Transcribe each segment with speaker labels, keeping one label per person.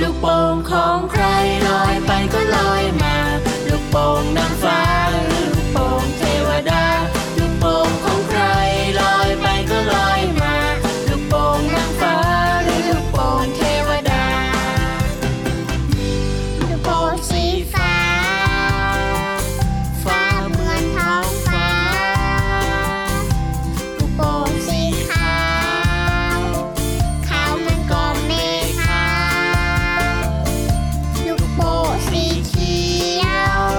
Speaker 1: ลูกโป่งของใครลอยไปก็ลอยมา ลูกโป่งนางฟ้าหรือลูกโป่งเทวดา ลูกโป่งของใครลอยไปก็ลอยมา ลูกโป่งนางฟ้าหรือลูกโป่งเทวดา ลูกโป่งสีฟ้า ฟ้าเหมือนท้องฟ้า ลูกโป่งสีขาวขาวเหมันกองเมฆา ลูกโป่งสีเขียว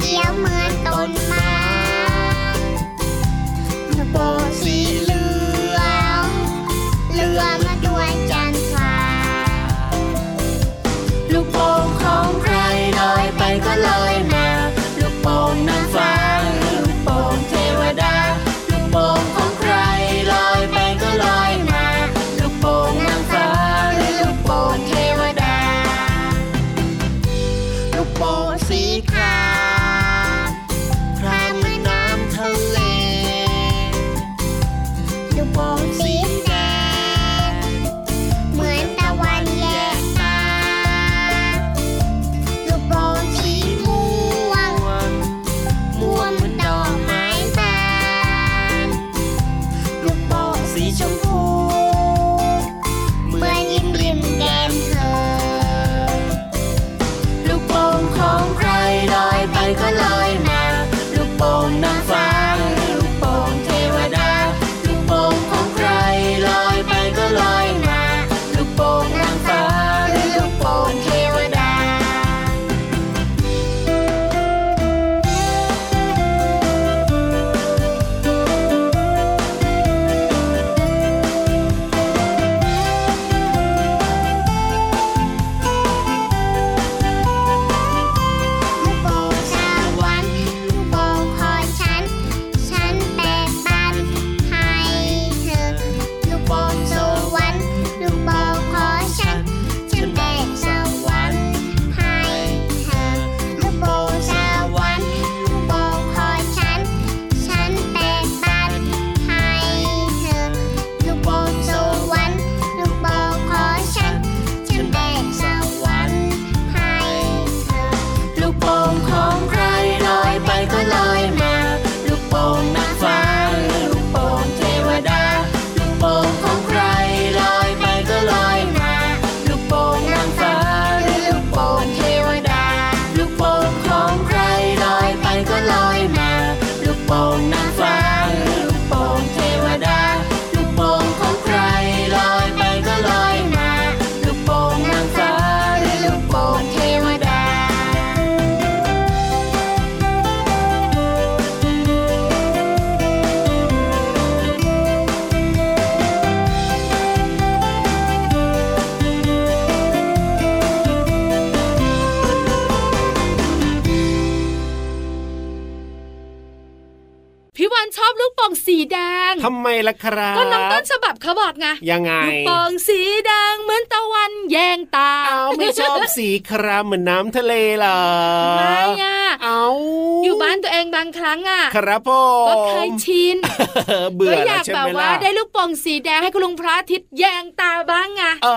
Speaker 1: เขียวเหมือนต้นไม้ลูกโป่งสีเหลืองเหลืองมาด้วยจันทราลูกโป่งของใครลอยไปก็ลอยมา ลูกโป่งนางฟ้าหรือลูกโป่งเทวดา ลูกโป่งของใครลอยไปก็ลอยมา ลูกโป่งนางฟ้าหรือลูกโป่งเทวดา ลูกโป่งสีขาวครามเหมือนน้ำทะเล ลูกโป่งสีแดง เหมือนตะวันแยกตา ลูกโป่งสีม่วง ม่วงเหมือนดอกไม้บาน ลูกโป่งสีชมพู เหมือนยิ้มริมแก้มเธอ ลูกโป่งของใครลอยไปก็ลอยมา ลูกโป่งนางฟ้าหรือลูกโป่งเทวดา ลูกโป่งของใครลอยไปก็ลอยมา ลูกโป่งนางฟ้าหรือลูกโป่งเทวดา ลูกโป่งสวรรค์ลูกโป่งของฉัน ฉันแบ่งปันให้เธอ ลูกโป่งสวรรค์ลูกโป่งของฉัน ฉันแบ่งสวรรค์ให้เธอ ลูกโป่งสวรรค์ลูกโป่งของฉัน ฉันแบ่งปันให้เธอ ลูกโป่งสวรรค์ลูกโป่งของฉัน ฉันแบ่งสวรรค์ให้เธอ ลูกโป่งของใครลอยไปก็ลอยมา ลูกโป่งนางฟ้าหรือลูกโป่งเทวดา ลูกโป่งของใครลอยไปก็ลอยมา ลูกโป่งนางฟ้าหรือลูกโป่งเทวดา ลูกโป่งของใครลอยไปก็ลอยมา ลูกโป่งนางฟ้าหรือลูกโป่งเทวดา ลูกโป่งของใครลอยไปก็ลอยมา ลูกโป่งนางฟ้าหรือลูกโป่งเทวดา
Speaker 2: พี่วันชอบลูกโป่งสีแดง
Speaker 3: ทำไมล่ะครับ
Speaker 2: ก็น้องต้นฉบับเขาบอกไง
Speaker 3: ยังไง
Speaker 2: ลูกโป่งสีแดงเหมือนตะวันแยงตา
Speaker 3: เอาไม่ชอบสีครามเหมือนน้ำทะเลเหรอ
Speaker 2: ไม่อะ
Speaker 3: เอา
Speaker 2: อยู่บ้านตัวเองบางครั้งอะ
Speaker 3: ครับผ
Speaker 2: ก็
Speaker 3: ม
Speaker 2: เคยชิน
Speaker 3: เบื่อ
Speaker 2: ก็อ
Speaker 3: แล้
Speaker 2: ยาว ก
Speaker 3: ใช่
Speaker 2: แบ
Speaker 3: ไห
Speaker 2: บ
Speaker 3: ม
Speaker 2: ว่า
Speaker 3: ล่ะ
Speaker 2: ได้ลูกโป่งสีแดงให้คุณลุงพระอาทิตย์แยงตาบ้างไง
Speaker 3: เอ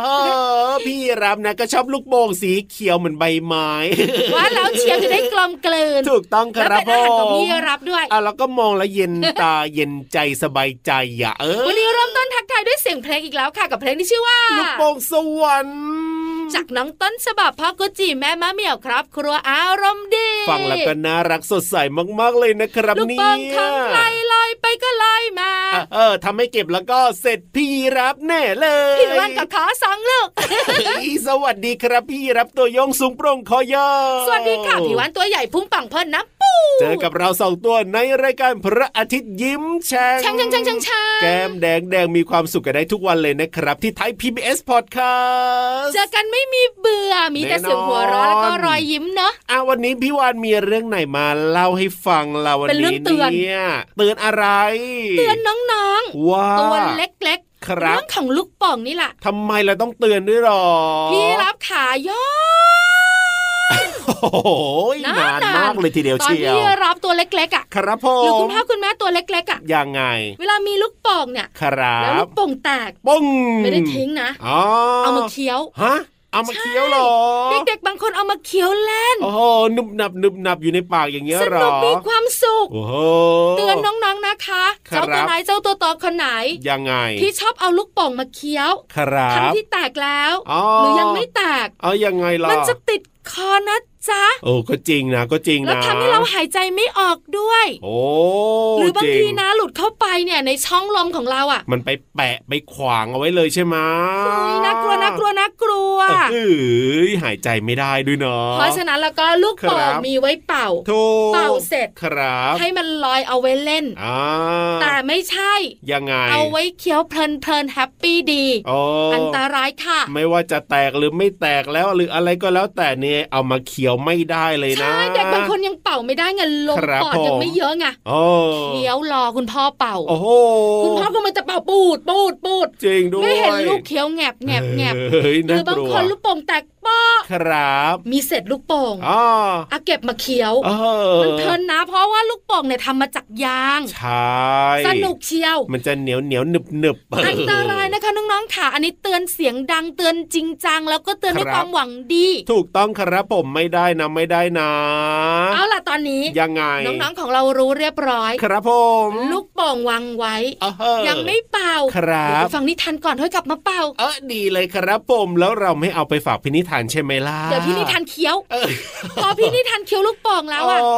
Speaker 3: อพี่รับนะก็ชอบลูกโป่งสีเขียวเหมือนใบไม้
Speaker 2: ว่าแล้วเชียวจะได้กลมกลืน
Speaker 3: ถูกต้องค
Speaker 2: แล้ว
Speaker 3: รับ
Speaker 2: เป็น
Speaker 3: ผ
Speaker 2: อาหารของ
Speaker 3: ม
Speaker 2: พี่รับด้วย
Speaker 3: อ่ะแล้วก็มองแล้วเย็นตา เย็นใจสบายใจอ่ะเออ
Speaker 2: วันนี้เริ่มต้นทักทายด้วยเสียงเพลงอีกแล้วค่ะกับเพลงที่ชื่อว่า
Speaker 3: ลูกโป่งสวรรค์
Speaker 2: จากน้องต้นฉบับพ่อกุจิแม่มะเหมี่ยวครับ ครัวอารมณ์ดี
Speaker 3: ฟังแล้วก็น่ารักสดใสมากๆเลยนะครับ
Speaker 2: ลูก
Speaker 3: เนี่
Speaker 2: โป่ง
Speaker 3: ย
Speaker 2: ของใครลอยไปก็ลอยมา
Speaker 3: อ่ะเออทำให้เก็บแล้วก็เสร็จพี่รับแน่เลย
Speaker 2: พี่วันกับขอสองลูก
Speaker 3: เฮ้ย สวัสดีครับพี่รับตัวโยงสูงโปร่งคอยอ
Speaker 2: สวัสดีค่ะพี่วันตัวใหญ่พุ่งปังพ่นน้ำปู
Speaker 3: เจอกับเราสองตัวในรายการพระอาทิตย์ยิ้มแฉ่
Speaker 2: ช่างช่างช่างช่างช่าง
Speaker 3: แก้มแดงแดงมีความสุขกันได้ทุกวันเลยนะครับ ที่ไทย PBS Podcast
Speaker 2: เจอกันไม่มีเบื่อ มีแต่เสียงหัวเราะแล้วก็รอยยิ้มเนาะ
Speaker 3: อ่ะวันนี้พี่วานมีเรื่องไหนมาเล่าให้ฟังเราวัน
Speaker 2: เป็นเรื่อ
Speaker 3: นี้
Speaker 2: งเตือน
Speaker 3: เนี่ยเตือนอะไร
Speaker 2: เตือนน้อง
Speaker 3: ว่า
Speaker 2: ๆ ตัวเล็ก
Speaker 3: ครับ
Speaker 2: ๆเรื่องของลูกป่องนี่แหละ
Speaker 3: ทำไมเราต้องเตือนด้วยหรอ
Speaker 2: พี่รับขาย่อ
Speaker 3: โอ้โห
Speaker 2: นาน
Speaker 3: นาน
Speaker 2: นาน
Speaker 3: มากเลยทีเดียว
Speaker 2: ตอน
Speaker 3: เชียว
Speaker 2: ที่รับตัวเล็กๆอ่ะ
Speaker 3: ครับผ
Speaker 2: หรือคุ
Speaker 3: ม
Speaker 2: ณพ่อคุณแม่ตัวเล็กๆอ่ะ
Speaker 3: ยังไง
Speaker 2: เวลามีลูกป่องเนี่ย
Speaker 3: ครั
Speaker 2: แล้วลู
Speaker 3: บ
Speaker 2: กป่องแตก
Speaker 3: ปุ้ง
Speaker 2: ไม่ได้ทิ้งนะ
Speaker 3: อ๋อ
Speaker 2: เอามาเคี้ยว
Speaker 3: ฮะเอามา
Speaker 2: ใช่
Speaker 3: เคี้ยวเหรอ
Speaker 2: เด็กๆบางคนเอามาเคี้ยวเล่น
Speaker 3: โอ้โหนุบหนับนุบหนับอยู่ในปากอย่างเงี้ย
Speaker 2: ส
Speaker 3: เหร
Speaker 2: นุ
Speaker 3: อก
Speaker 2: มีความสุข
Speaker 3: โอ้โห
Speaker 2: เตือนน้องๆนะคะ
Speaker 3: ครับ
Speaker 2: เจ้าตัวไหนเจ้าตัวต่อคนไหน
Speaker 3: ยังไง
Speaker 2: ที่ชอบเอาลูกโป่องมาเคี้ยว
Speaker 3: ครั
Speaker 2: ทั้ง
Speaker 3: บ
Speaker 2: ที่แตกแล้ว
Speaker 3: อ๋อ
Speaker 2: หรือยังไม่แตก
Speaker 3: เอายังไงล่ะ
Speaker 2: มันจะติดคอนะจ๊ะ
Speaker 3: โอ้ก็จริงนะก็จริงนะ
Speaker 2: แล้วทำให้เราหายใจไม่ออกด้วย
Speaker 3: โอ้
Speaker 2: หรือบาง
Speaker 3: จ
Speaker 2: ที
Speaker 3: ริ
Speaker 2: นะหลุดเข้าไปเนี่ยในช่องลมของเราอ่ะ
Speaker 3: มันไปแปะไปขวางเอาไว้เลยใช่ไหม
Speaker 2: เฮ้ยน่ากลัวน่ากลัวน่ากลัว
Speaker 3: เอ้ยหายใจไม่ได้ด้วยเนาะ
Speaker 2: เพราะฉะนั้นแล้วก็ลูกโป่
Speaker 3: ครั
Speaker 2: ง
Speaker 3: บ
Speaker 2: มีไว้เป่า
Speaker 3: ถูก
Speaker 2: เป่าเสร็จ
Speaker 3: ครับ
Speaker 2: ให้มันลอยเอาไว้เล่น
Speaker 3: อ่า
Speaker 2: แต่ไม่ใช่
Speaker 3: ยังไง
Speaker 2: เอาไว้เคี้ยวเพลินเพลินแฮปปี้ดี
Speaker 3: โอ้
Speaker 2: อันตรายค่ะ
Speaker 3: ไม่ว่าจะแตกหรือไม่แตกแล้วหรืออะไรก็แล้วแต่เนี่ยเอามาเคี้ยวไม่ได้เลยนะ
Speaker 2: ใช่เด็กบางคนยังเป่าไม่ได้ไงลม
Speaker 3: ครับ
Speaker 2: ปอด
Speaker 3: ผ
Speaker 2: ยัง
Speaker 3: ม
Speaker 2: ไม่เยอะไง
Speaker 3: โอ้
Speaker 2: เคี้ยวรอคุณพ่อเป่า
Speaker 3: โอ้โห
Speaker 2: คุณพ่อก็มันจะเป่าปูดปูดปูด
Speaker 3: จริงด้วย
Speaker 2: ไม่เห็นลูกเคี้ยวแงบแงบแงบ
Speaker 3: เฮ้ย
Speaker 2: ห
Speaker 3: น่
Speaker 2: รือบากง
Speaker 3: ลัว
Speaker 2: คนลูกโป่งแตกเปาะ
Speaker 3: ครับ
Speaker 2: มีเศษลูกโป่ง
Speaker 3: อ๋อ
Speaker 2: เอาเก็บมาเคี้ยว
Speaker 3: เออ
Speaker 2: มันเพลินนะ เพราะว่าลูกโป่งเนี่ยทำมาจากยาง
Speaker 3: ใช่
Speaker 2: สนุกเชียว
Speaker 3: มันจะเหนียวเหนียวหนึบหนึบ
Speaker 2: อันตรายนะคะน้องๆค่ะ อันนี้เตือนเสียงดังเตือนจริงจังแล้วก็เตือนด้วย
Speaker 3: ครับ
Speaker 2: ความหวังดี
Speaker 3: ถูกต้องครับผมไม่ได้นะไม่ได้นะ
Speaker 2: เอาล่ะตอนนี้
Speaker 3: ยังไง
Speaker 2: น้องๆของเรารู้เรียบร้อย
Speaker 3: ครับผม
Speaker 2: ลูกโป่งวางไว้
Speaker 3: เออ
Speaker 2: ยังไม่เป่า
Speaker 3: ครับ
Speaker 2: เดี๋ยวไปฟังนิทานก่อนค่อยกลับมาเป่า
Speaker 3: เออดีเลยครับผมแล้วเราไม่เอาไปฝากพินิธานใช่ไหมล่ะ
Speaker 2: เดี๋ยวพี่นิทานเคี้ยว
Speaker 3: เออ
Speaker 2: พอพี่นิทานเคี้ยวลูกโป่งแล้วอ่ะ
Speaker 3: โอ้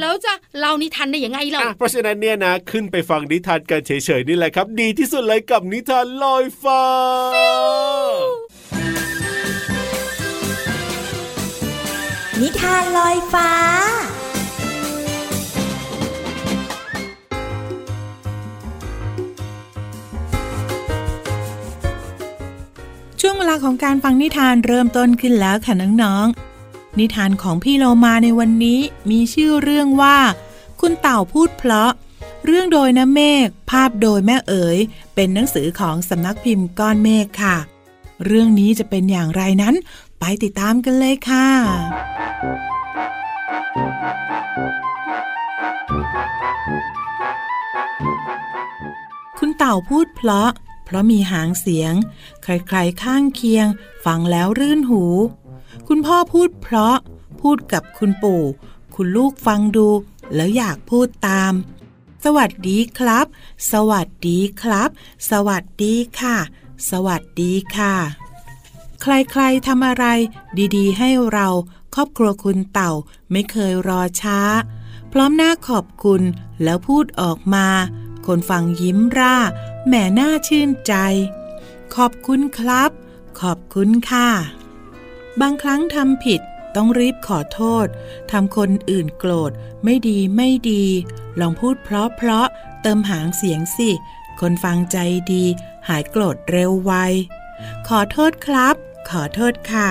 Speaker 2: แล้วจะเล่านิทานได้ยังไงเรา
Speaker 3: อ่ะเพราะฉะนั้นเนี่ยนะขึ้นไปฟังนิทานกันเฉยๆนี่แหละครับ ดีที่สุดเลยกับนิทานลอยฟ้า
Speaker 4: นิทานลอยฟ้า
Speaker 5: ช่วงเวลาของการฟังนิทานเริ่มต้นขึ้นแล้วค่ะน้องๆ นิทานของพี่โลมาในวันนี้มีชื่อเรื่องว่า คุณเต่าพูดเพราะ เรื่องโดยนะเมฆภาพโดยแม่เอ๋ย เป็นหนังสือของสำนักพิมพ์ก้อนเมฆค่ะ เรื่องนี้จะเป็นอย่างไรนั้น ไปติดตามกันเลยค่ะ คุณเต่าพูดเพราะ เพราะมีหางเสียง ใครๆข้างเคียง ฟังแล้วรื่นหู คุณพ่อพูดเพราะ พูดกับคุณปู่ คุณลูกฟังดู แล้วอยากพูดตาม สวัสดีครับ สวัสดีครับ สวัสดีค่ะ สวัสดีค่ะ ใครๆทำอะไร ดีๆ ให้เรา ครอบครัวคุณเต่าไม่เคยรอช้า พร้อมหน้าขอบคุณแล้วพูดออกมา คนฟังยิ้มร่าแหม่น่าชื่นใจ ขอบคุณครับ ขอบคุณค่ะ บางครั้งทำผิดต้องรีบขอโทษทำคนอื่นโกรธ ไม่ดีไม่ดี ลองพูดเพราะเพราะๆเติมหางเสียงสิ คนฟังใจดี หายโกรธเร็วไว ขอโทษครับ ขอโทษค่ะ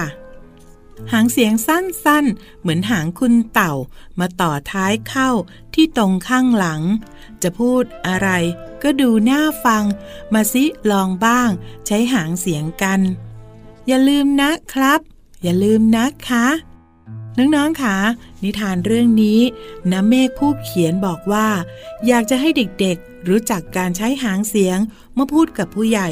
Speaker 5: หางเสียงสั้นๆ เหมือนหางคุณเต่ามาต่อท้ายเข้าที่ตรงข้างหลัง จะพูดอะไรก็ดูน่าฟัง มาซิลองบ้าง ใช้หางเสียงกัน อย่าลืมนะครับ อย่าลืมนะคะ น้องๆค่ะนิทานเรื่องนี้น้ำเมฆผู้เขียนบอกว่า อยากจะให้เด็กๆ รู้จักการใช้หางเสียงเมื่อพูดกับผู้ใหญ่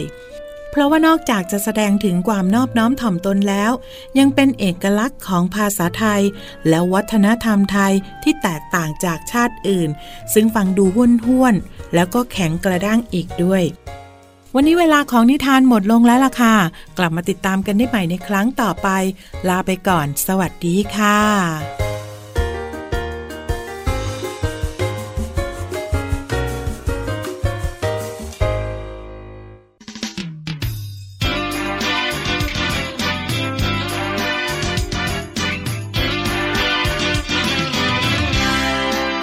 Speaker 5: เพราะว่านอกจากจะแสดงถึงความนอบน้อมถ่อมตนแล้ว ยังเป็นเอกลักษณ์ของภาษาไทย และวัฒนธรรมไทยที่แตกต่างจากชาติอื่น ซึ่งฟังดูห้วนห้วนๆแล้วก็แข็งกระด้างอีกด้วย วันนี้เวลาของนิทานหมดลงแล้วล่ะค่ะ กลับมาติดตามกันได้ใหม่ในครั้งต่อไป ลาไปก่อน สวัสดีค่ะ
Speaker 1: อ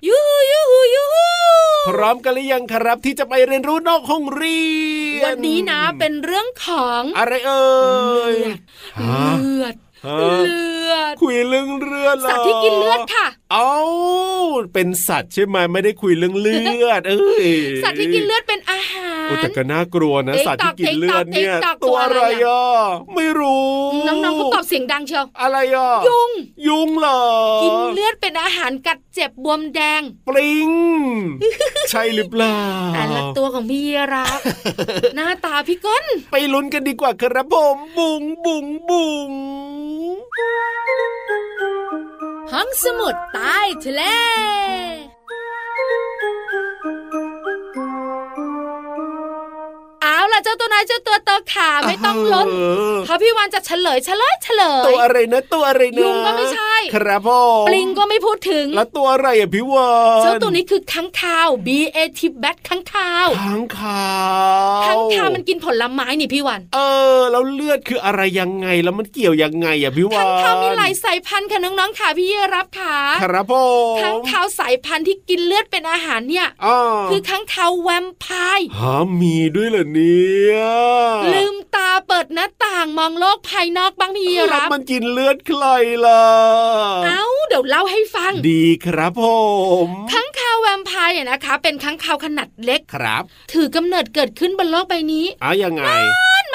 Speaker 3: ร้อมกันหรือยังครับ ที่จะไปเรียนรู้นอกห้องเรียน
Speaker 2: วันนี้นะเป็นเรื่องของ
Speaker 3: อะไรเอ่ย ฮะ
Speaker 2: เลือด
Speaker 3: ฮะ
Speaker 2: เลือด
Speaker 3: คุยเรื่องเลือดเหรอ
Speaker 2: สัตว์ที่กินเลือดค่ะ
Speaker 3: เอาเป็นสัตว์ใช่ไหมไม่ได้คุยเรื่องเลือด เอ้ย
Speaker 2: สัตว์ที่กินเลือดเป็นอาหาร
Speaker 3: โอ้แต่ก็น่ากลัวนะ
Speaker 2: เอ๊ะ
Speaker 3: สัตว์ที่กินเลือดเนี่ย
Speaker 2: ตอบเอ๊ะตอบ
Speaker 3: ตัว
Speaker 2: ตอบ
Speaker 3: อะไร
Speaker 2: ตัวอะไรอะ
Speaker 3: อ่ะไม่รู้
Speaker 2: น้องๆเขาตอบเสียงดังเชียว
Speaker 3: อะไรอ่ะ
Speaker 2: ยุง
Speaker 3: ยุงเหรอ
Speaker 2: กินเลือดเป็นอาหารกัดเจ็บบวมแดง
Speaker 3: ปริง ใช่หรือเปล่า
Speaker 2: แต่ละตัวของพี่ยีรา ฟหน้าตาพี่ก้น
Speaker 3: ไปลุ้นกันดีกว่าครับผมบุงบุงบุง
Speaker 2: ห้องสมุดใต้ทะเล เอาล่ะเจ้าตัวน้อยเจ้าตัวโตขาไม่ต้องล้น
Speaker 3: เออ
Speaker 2: เพราะพี่วันจะเฉลยเฉลยเฉลย
Speaker 3: ตัวอะไรนะตัวอะไรนะ
Speaker 2: ยุงก็ไม่ใช่
Speaker 3: ครับผม
Speaker 2: ปลิงก็ไม่พูดถึง
Speaker 3: แล้วตัวอะไรอ่ะพี่วาน
Speaker 2: เจ้าตัวนี้คือค้างคาว B A T bat ค้างคาว
Speaker 3: ค้างคาว
Speaker 2: ค้างคาวมันกินผลไม้นี่พี่วัน
Speaker 3: เออแล้วเลือดคืออะไรยังไงแล้วมันเกี่ยวยังไงอ่ะพี่วา
Speaker 2: ค้าง
Speaker 3: น
Speaker 2: คาวมีหลายสายพันธุ์ค่ะน้องๆค่ะพี่เยรับค่ะ
Speaker 3: ครับผม
Speaker 2: ค้างคาวสายพันธุ์ที่กินเลือดเป็นอาหารเนี่ย
Speaker 3: อ๋อ
Speaker 2: คือค้างคาวแวมไพร์
Speaker 3: หามีด้วยเหรอเนี่ย
Speaker 2: ลืมตาเปิดหน้าต่างมองโลกภายนอกบ้างพี่
Speaker 3: แล้ว
Speaker 2: รับ
Speaker 3: มันกินเลือดใครล่ะ
Speaker 2: เอ้าเดี๋ยวเล่าให้ฟัง
Speaker 3: ดีครับผม
Speaker 2: ค้างคาวแวมไพร์อะนะคะ เป็นค้างคาวขนาดเล็ก
Speaker 3: ครับ
Speaker 2: ถือกำเนิดเกิดขึ้นบนโลกใบนี้
Speaker 3: เอายังไง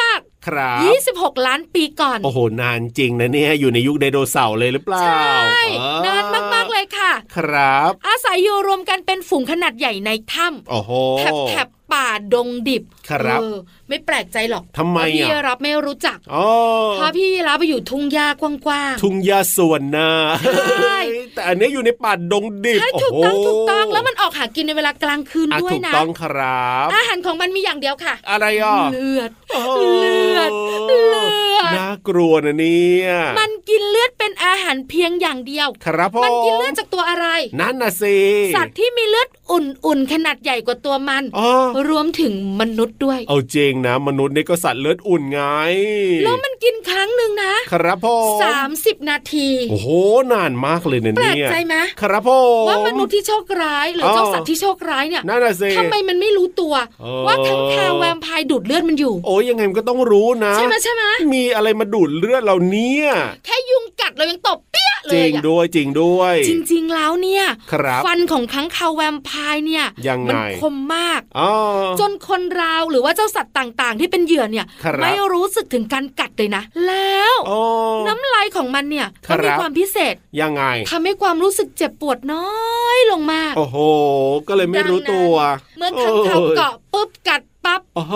Speaker 2: มาก
Speaker 3: ครับ
Speaker 2: 26 ล้านปีก่อน
Speaker 3: โอ้โห นานจริงนะเนี่ย อยู่ในยุคไดโนเสาร์เลยหรือเปล่า
Speaker 2: ใช่
Speaker 3: เออน
Speaker 2: านมาก ๆ เลยค่ะ
Speaker 3: ครับ
Speaker 2: อาศัยอยู่รวมกันเป็นฝูงขนาดใหญ่ในถ้
Speaker 3: โอ้โห
Speaker 2: ำแถบแถบป่าดงดิบ
Speaker 3: ครับ
Speaker 2: เออไม่แปลกใจหรอก
Speaker 3: ทำไม
Speaker 2: ว่า
Speaker 3: อะ
Speaker 2: พี่รับไม่รู้จัก
Speaker 3: อ๋อ
Speaker 2: เพราะพี่รับไปอยู่ทุ่งหญ้ากว้างๆ
Speaker 3: ทุ่งยาส่วนนะ
Speaker 2: ใช่
Speaker 3: แต่อันเนี้ยอยู่ในป่าดงดิบ
Speaker 2: ใช่
Speaker 3: โอ้
Speaker 2: ถูก
Speaker 3: โห
Speaker 2: ต้องถูกต้องแล้วมันออกหากินในเวลากลางคืน
Speaker 3: อ่ะ
Speaker 2: ด้วย
Speaker 3: ถูก
Speaker 2: นะ
Speaker 3: ต้องครับ
Speaker 2: อาหารของมันมีอย่างเดียวค่ะ
Speaker 3: อะไรอ่ะ
Speaker 2: เลือด
Speaker 3: โอ้โห
Speaker 2: เลือดเลือด
Speaker 3: น่ากลัวนะเนี่ย
Speaker 2: มันกินเลือดเป็นอาหารเพียงอย่างเดียว
Speaker 3: ครับผม
Speaker 2: มันกินเลือดจากตัวอะไร
Speaker 3: นั่นนะสิ
Speaker 2: สัตว์ที่มีเลือดอุ่นๆ ขนาดใหญ่กว่าตัวมัน
Speaker 3: อ๋อ
Speaker 2: รวมถึงมนุษย์ด้วย
Speaker 3: เอาจริงนะ มนุษย์นี่ก็สัตว์เลือดอุ่นไง
Speaker 2: แล้วมันกินครั้งหนึ่งนะครับ
Speaker 3: ผม
Speaker 2: สามสิบนาที
Speaker 3: โอ้โหนานมากเลยนะ
Speaker 2: แปล
Speaker 3: เนี่ย
Speaker 2: กใจไหม
Speaker 3: ครับผม
Speaker 2: ว่ามนุษย์ที่โชคร้าย หรือ
Speaker 3: เออ
Speaker 2: เจ้าสัตว์ที่โชคร้ายเนี่ย
Speaker 3: นั่นน่ะสิ
Speaker 2: ทำไมมันไม่รู้ตัว
Speaker 3: เออ
Speaker 2: ว่าทั้างคาวแวมไพร์ดูดเลือดมันอยู่
Speaker 3: โอ้ยยังไงมันก็ต้องรู้นะ
Speaker 2: ใช่ไหมใช่ไหม
Speaker 3: มีอะไรมาดูดเลือดเราเนี่ย
Speaker 2: แค่ยุงกัดเรายังตบเปี้ยเล
Speaker 3: จริ
Speaker 2: ย
Speaker 3: ง
Speaker 2: อะ
Speaker 3: ด้วยจริงด้วย
Speaker 2: จริง ๆ แล้วเนี่ย
Speaker 3: ครับ
Speaker 2: ฟันของค้างคาวแวมไพร์เนี่ย
Speaker 3: ยังไง
Speaker 2: มันคมมาก
Speaker 3: อ๋อ
Speaker 2: จนคนเราหรือว่าเจ้าสัตว์ต่างๆ ที่เป็นเหยื่อเนี่ย
Speaker 3: ครับ
Speaker 2: ไม่รู้สึกถึงการกัดเลยนะ แล้ว
Speaker 3: อ๋อ
Speaker 2: น้ำลายของมันเนี่ย
Speaker 3: ครั
Speaker 2: ก็
Speaker 3: บ
Speaker 2: มีความพิเศษ
Speaker 3: ยังไง
Speaker 2: ทำให้ความรู้สึกเจ็บปวดน้อยลงมาก
Speaker 3: โอ้โห ก็เลยไม่รู้ตัว
Speaker 2: เมื่อขังเขาเกาะปุ๊บกัดปั๊บ
Speaker 3: โอ้โห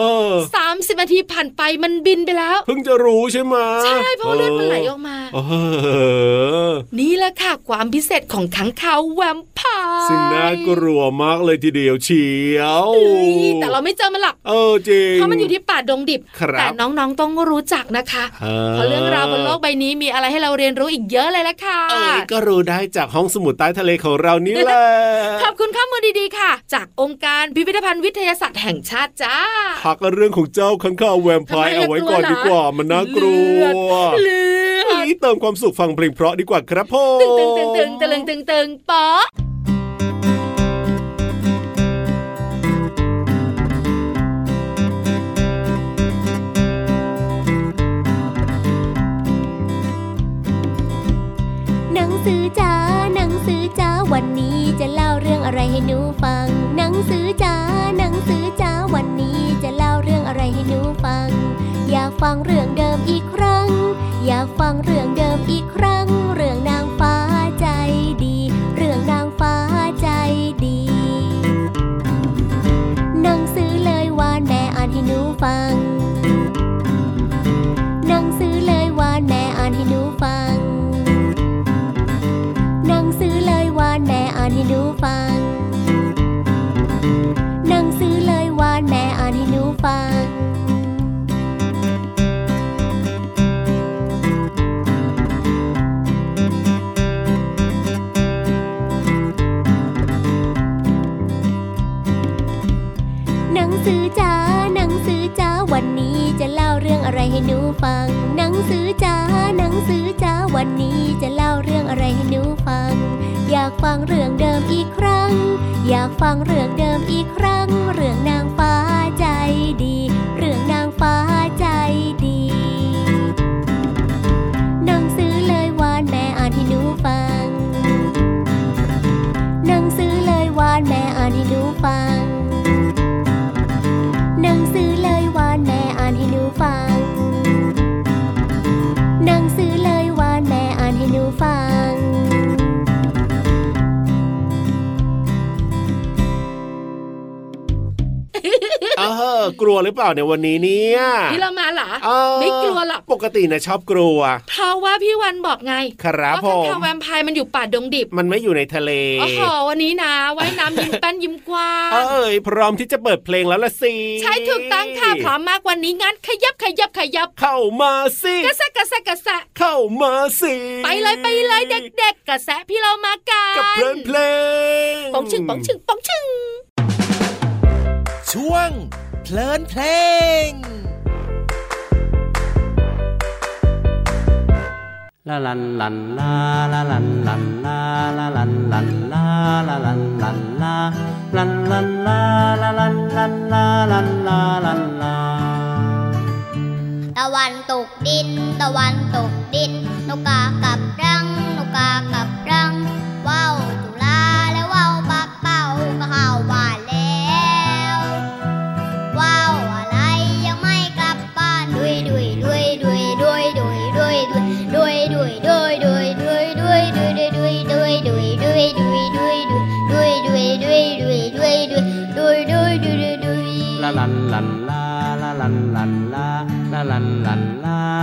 Speaker 2: สามสิบนาทีผ่านไปมันบินไปแล้ว
Speaker 3: เพิ่งจะรู้ใช่ไหม
Speaker 2: ใช่เพราะว่าเลือดมันไหลออกมา
Speaker 3: โอ้โห
Speaker 2: นี่แหละค่ะความพิเศษของขังเขาวแวมไพร์
Speaker 3: ซึ่งน่ากลัวมากเลยทีเดียวเชียว
Speaker 2: เอ้ยแต่เราไม่เจอมันหรอก
Speaker 3: เออจริง
Speaker 2: เพราะมันอยู่ที่ป่าดงดิบ
Speaker 3: ครับ
Speaker 2: แต่น้องๆต้องรู้จักนะคะ
Speaker 3: เอ
Speaker 2: เพราะเรื่องราวบนโลกใบนี้มีอะไรให้เราเรียนรู้อีกเยอะเลยละค่ะ
Speaker 3: เอ้ยก็รู้ได้จากห้องสมุดใต้ทะเลของเรานี่แหละ
Speaker 2: ขอบคุณข้อมูลดีๆค่ะ จากองค์การพิพิธภัณฑ์วิทยาศาสตร์แห่งชาติจ้า
Speaker 3: พักเรื่องของเจ้าคังข้าวแวมไพร์เอาไว้ก่อนดีกว่า มันน่ากลัว
Speaker 2: เลือด
Speaker 3: เฮ้ยเติมความสุขฟังเพลงเพราะดีกว่าครับพ่อ
Speaker 2: ตึงตึงตึงตึงตะลึงตึงตึงป๊อ
Speaker 6: หนังสือจ้าหนังสือจ้าวันนี้จะเล่าเรื่องอะไรให้หนูฟัง หนังสือจ้าหนังสือจ้าวันนี้จะเล่าเรื่องอะไรให้หนูฟัง อยากฟังเรื่องเดิมอีกครั้ง อยากฟังเรื่องเดิมอีกครั้ง เรื่องนางฟ้าใจดี เรื่องนางฟ้าใจดี หนังสือเลยวานแม่อ่านให้หนูฟัง หนังสือเลยวานแม่อ่านให้หนูฟัง หนังสือเลยวานแม่อ่านให้หนูฟัง หนังสือเลยวานแม่อ่านให้หนูฟัง หนังสือจ้าหนังสือจ้าวันนี้จะเล่าเรื่องอะไรให้หนูฟัง หนังสือจ้าหนังสือจ้าวันนี้จะเล่าเรื่องอะไรให้หนูฟัง อยากฟังเรื่องเดิมอีกครั้ง อยากฟังเรื่องเดิมอีกครั้ง เรื่องนางฟ้าใจดี เรื่องนางฟ้าใจดี หนังสือเลยวานแม่อ่านให้หนูฟัง หนังสือเลยวานแม่อ่านให้หนูฟัง หนังสือเลยวานแม่อ่านให้หนูฟัง หนังสือเลยวานแม่อ่านให้หนูฟัง
Speaker 3: เออกลัวหรือเปล่าในยวันนี้เนี่ย
Speaker 2: พี่เรามาเหรอ
Speaker 3: เออ
Speaker 2: ไม่กลัวหรอก
Speaker 3: ปกตินะชอบกลัว
Speaker 2: เพราะว่าพี่วันบอกไง
Speaker 3: ครับ
Speaker 2: ว่า
Speaker 3: ผม
Speaker 2: ข้างคาวแวมไพร์มันอยู่ป่าดงดิบ
Speaker 3: มันไม่อยู่ในทะเล
Speaker 2: โอ้โหวันนี้นะว่ายน้ำยิ้มแป้นยิ้มกว้าง
Speaker 3: เอ้ยพร้อมที่จะเปิดเพลงแล้วล่ะสิ
Speaker 2: ใช่ถูกต้องค่ะพร้อมมากวันนี้งั้นขยับขยับขยับ
Speaker 3: เข้ามาสิ
Speaker 2: กระแซะกระแซะกระแซะ
Speaker 3: เข้ามาสิ
Speaker 2: ไปเลยไปเลยเด็ก ๆ กระแซะพี่เรามากัน
Speaker 3: กับเพลินเพลง
Speaker 2: ปองชึงปองชึงปองชึง
Speaker 7: ช่วง เพลินเพลง
Speaker 8: ลาลันลันลาลาลันลันลาลาลันลันลาลาลันลันลาลันลันลาลาลันลันลาลันลาลันลา
Speaker 9: ตะวันตกดิน ตะวันตกดิน นกกากับรัง นกกากับรัง ว้าวจุลาและว้าวปักเป้าก็เข้าบ้านแล้วว้าวอะไรยังไม่กลับบ้านด้วยด้วยด้วยด้วยด้วยด้วยด้วยด้วยด้วยด้วยด้วยด้วยด้วยด้วยด้วยด้วยด้วยด้วยด้วยด้วยด้วยด้วยด้วยด้วยด้วยด้วยด้วยด้วยด้วยด้วย
Speaker 8: ลาลันลันลาลาลันลันลาลาลันลันลา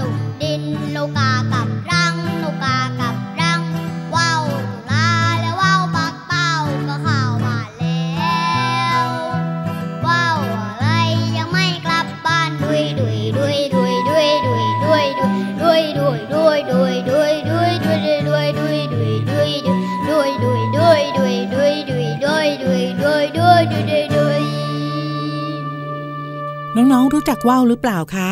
Speaker 9: ตกดินนกกากับรังนกกากับรังว่าวตุลาและว่าวปักเป้าก็เข้ามาแล้วว่าวอะไรยังไม่กลับบ้านดุยดุยดุยดุยดุยดุยดุยดุยดุยดุยดุยดุยดุยดุยดุยดุยดุยดุยดุยดุยดุยดุยดุยดุยดุยดุยดุยดุยดุยดุยดุย
Speaker 5: น้อง ๆ รู้จักว่าวหรือเปล่าคะ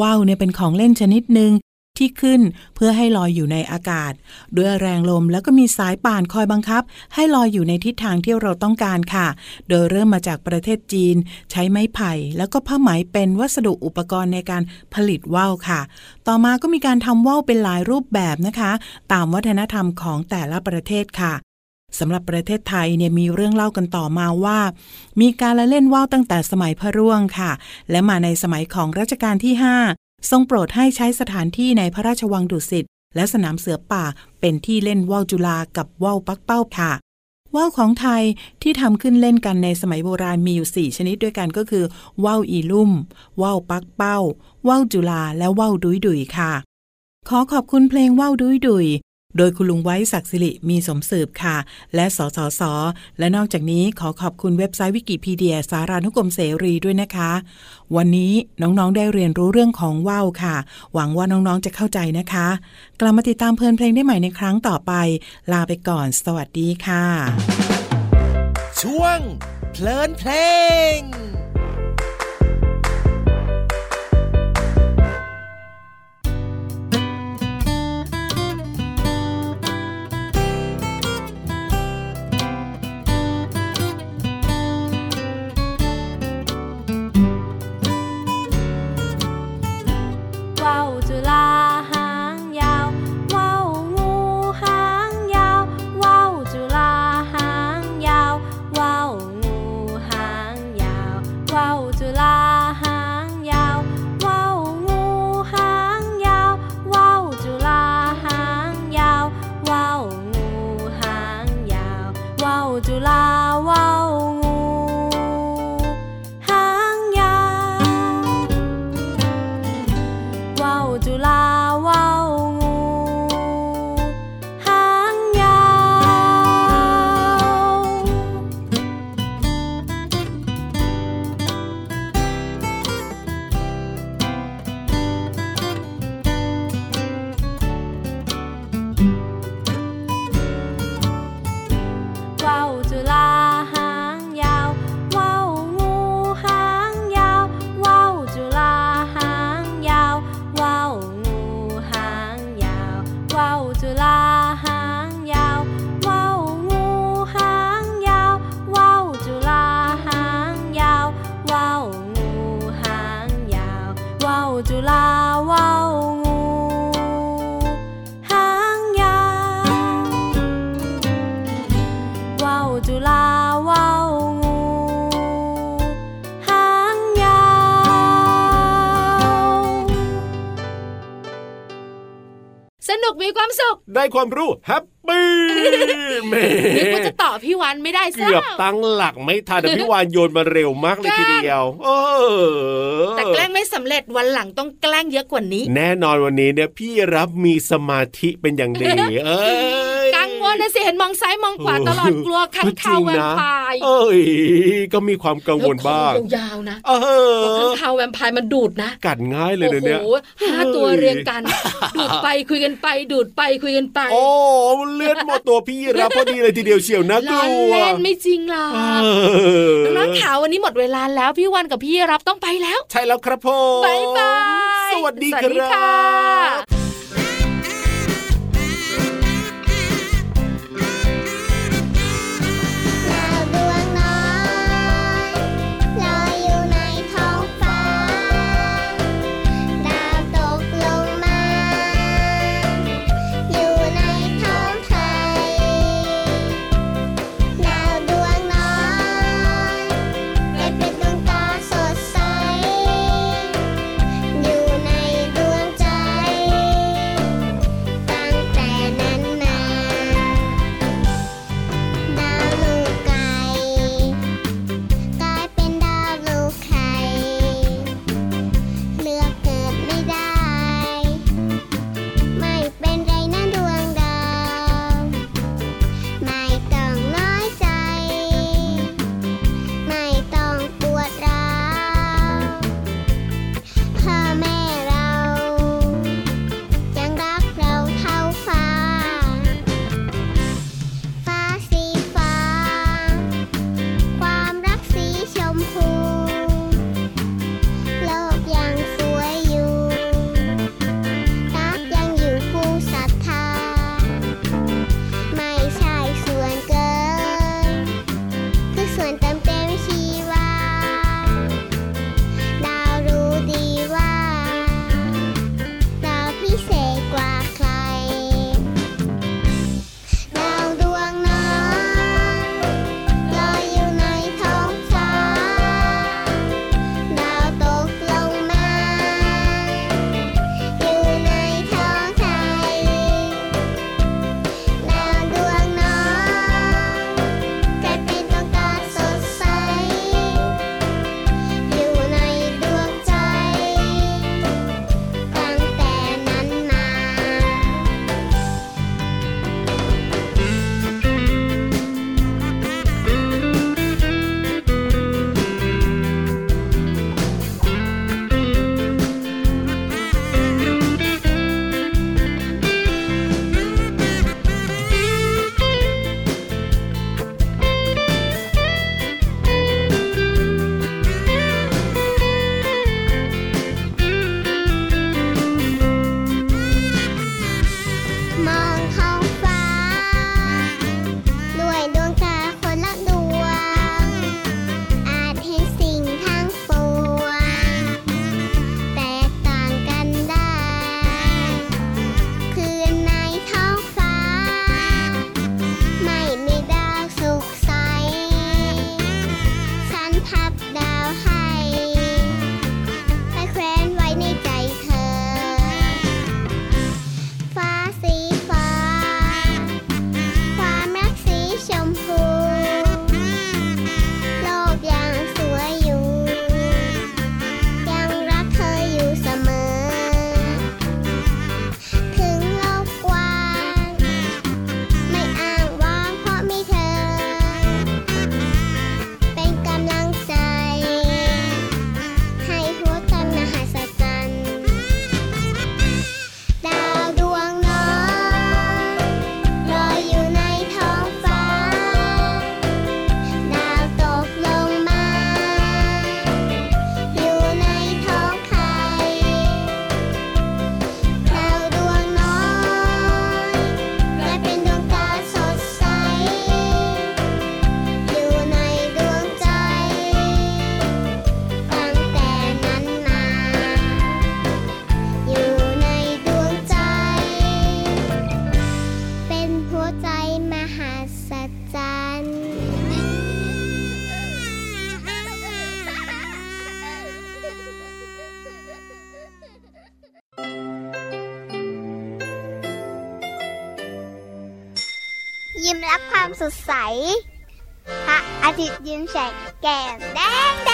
Speaker 5: ว่าวเนี่ยเป็นของเล่นชนิดหนึ่งที่ขึ้นเพื่อให้ลอยอยู่ในอากาศ ด้วยแรงลมแล้วก็มีสายป่านคอยบังคับ ให้ลอยอยู่ในทิศทางที่เราต้องการค่ะ โดยเริ่มมาจากประเทศจีน ใช้ไม้ไผ่ แล้วก็ผ้าไหมเป็นวัสดุอุปกรณ์ในการผลิตว่าวค่ะ ต่อมาก็มีการทำว่าวเป็นหลายรูปแบบนะคะ ตามวัฒนธรรมของแต่ละประเทศค่ะ สำหรับประเทศไทยเนี่ยมีเรื่องเล่ากันต่อมาว่า มีการละเล่นว่าวตั้งแต่สมัยพระร่วงค่ะ และมาในสมัยของรัชกาลที่ 5 ทรงโปรดให้ใช้สถานที่ในพระราชวังดุสิตและสนามเสือป่าเป็นที่เล่นว่าวจุฬากับว่าวปักเป้าค่ะ ว่าวของไทยที่ทำขึ้นเล่นกันในสมัยโบราณมีอยู่ 4 ชนิดด้วยกันก็คือว่าวอีลุ่มว่าวปักเป้าว่าวจุฬาและว่าวดุยดุยค่ะ ขอขอบคุณเพลงว่าวดุยดุย โดยคุณลุงไว้ศักดิ์สิริมีสมสืบค่ะ และสสส และนอกจากนี้ขอขอบคุณเว็บไซต์วิกิพีเดีย สารานุกรมเสรีด้วยนะคะ วันนี้น้องๆได้เรียนรู้เรื่องของว่าวค่ะ หวังว่าน้องๆจะเข้าใจนะคะ กลับมาติดตามเพลินเพลงได้ใหม่ในครั้งต่อไป ลาไปก่อน สวัสดีค่ะ
Speaker 7: ช่วง เพลินเพลง
Speaker 6: ว่าวจุลาหางยาวว่าวงูหางยาวว่าวจุลาหางยาวว่าวงูหางยาว จุลาว่าวงูหางยาวว่าวจุลาว่าวงูหางยาว
Speaker 2: สนุกมีความสุข
Speaker 3: ได้ความรู้แฮ ปปี้เม
Speaker 2: นึกว่าจะตอบพี่วันไม่ได้ซะ
Speaker 3: เกือบตั้งหลักไม่ทันแต่พี่วานโยนมาเร็วมากเลยทีเดียวเออ
Speaker 2: แต่แกล้งไม่สำเร็จวันหลังต้องแกล้งเยอะกว่านี้
Speaker 3: แน่นอนวันนี้เนี่ยพี่รับมีสมาธิเป็นอย่าง ดีเอ้ย
Speaker 2: กังวลนะสิเห็นมองซ้ายมองขวาตลอดกลัวขัง
Speaker 3: ก็จริ
Speaker 2: เทาวแวมไพร์
Speaker 3: เอ้ย ก็มีความกังวลบ้าง
Speaker 2: เออขอยาวๆนะ
Speaker 3: เอ
Speaker 2: ตัวขัง
Speaker 3: อ
Speaker 2: เทาวแวมไพร์มันดูดนะ
Speaker 3: กัดง่ายเลย
Speaker 2: โอ้
Speaker 3: เดี๋ยว
Speaker 2: โห
Speaker 3: เนี่ย
Speaker 2: ห้าตัวเรียงกัน ดูดไปคุยกันไป ดูดไปคุยกันไป
Speaker 3: โอ้เลือดหมดตัวพี่รับพอดีเลยทีเดียวเชียวนะก
Speaker 2: ล้อ
Speaker 3: ลัว
Speaker 2: เล่นไม่จริงหรอก
Speaker 3: เออ
Speaker 2: น้องๆขาววันนี้หมดเวลาแล้วพี่วันกับพี่รับต้องไปแล้ว
Speaker 3: ใช่แล้วครับผม
Speaker 2: บายบาย
Speaker 3: สวัสดีครั
Speaker 2: ค่ะ
Speaker 3: บ
Speaker 1: ดาวดวงน้อยลอยอยู่ในท้องฟ้า ดาวตกลงมา อยู่ในท้องไทยดาวดวงน้อยได้เป็นดวงตาสดใส อยู่ในดวงใจ
Speaker 10: ยิ้มรับความสดใส พระอาทิตย์ยิ้มแฉกแก้มแดงแด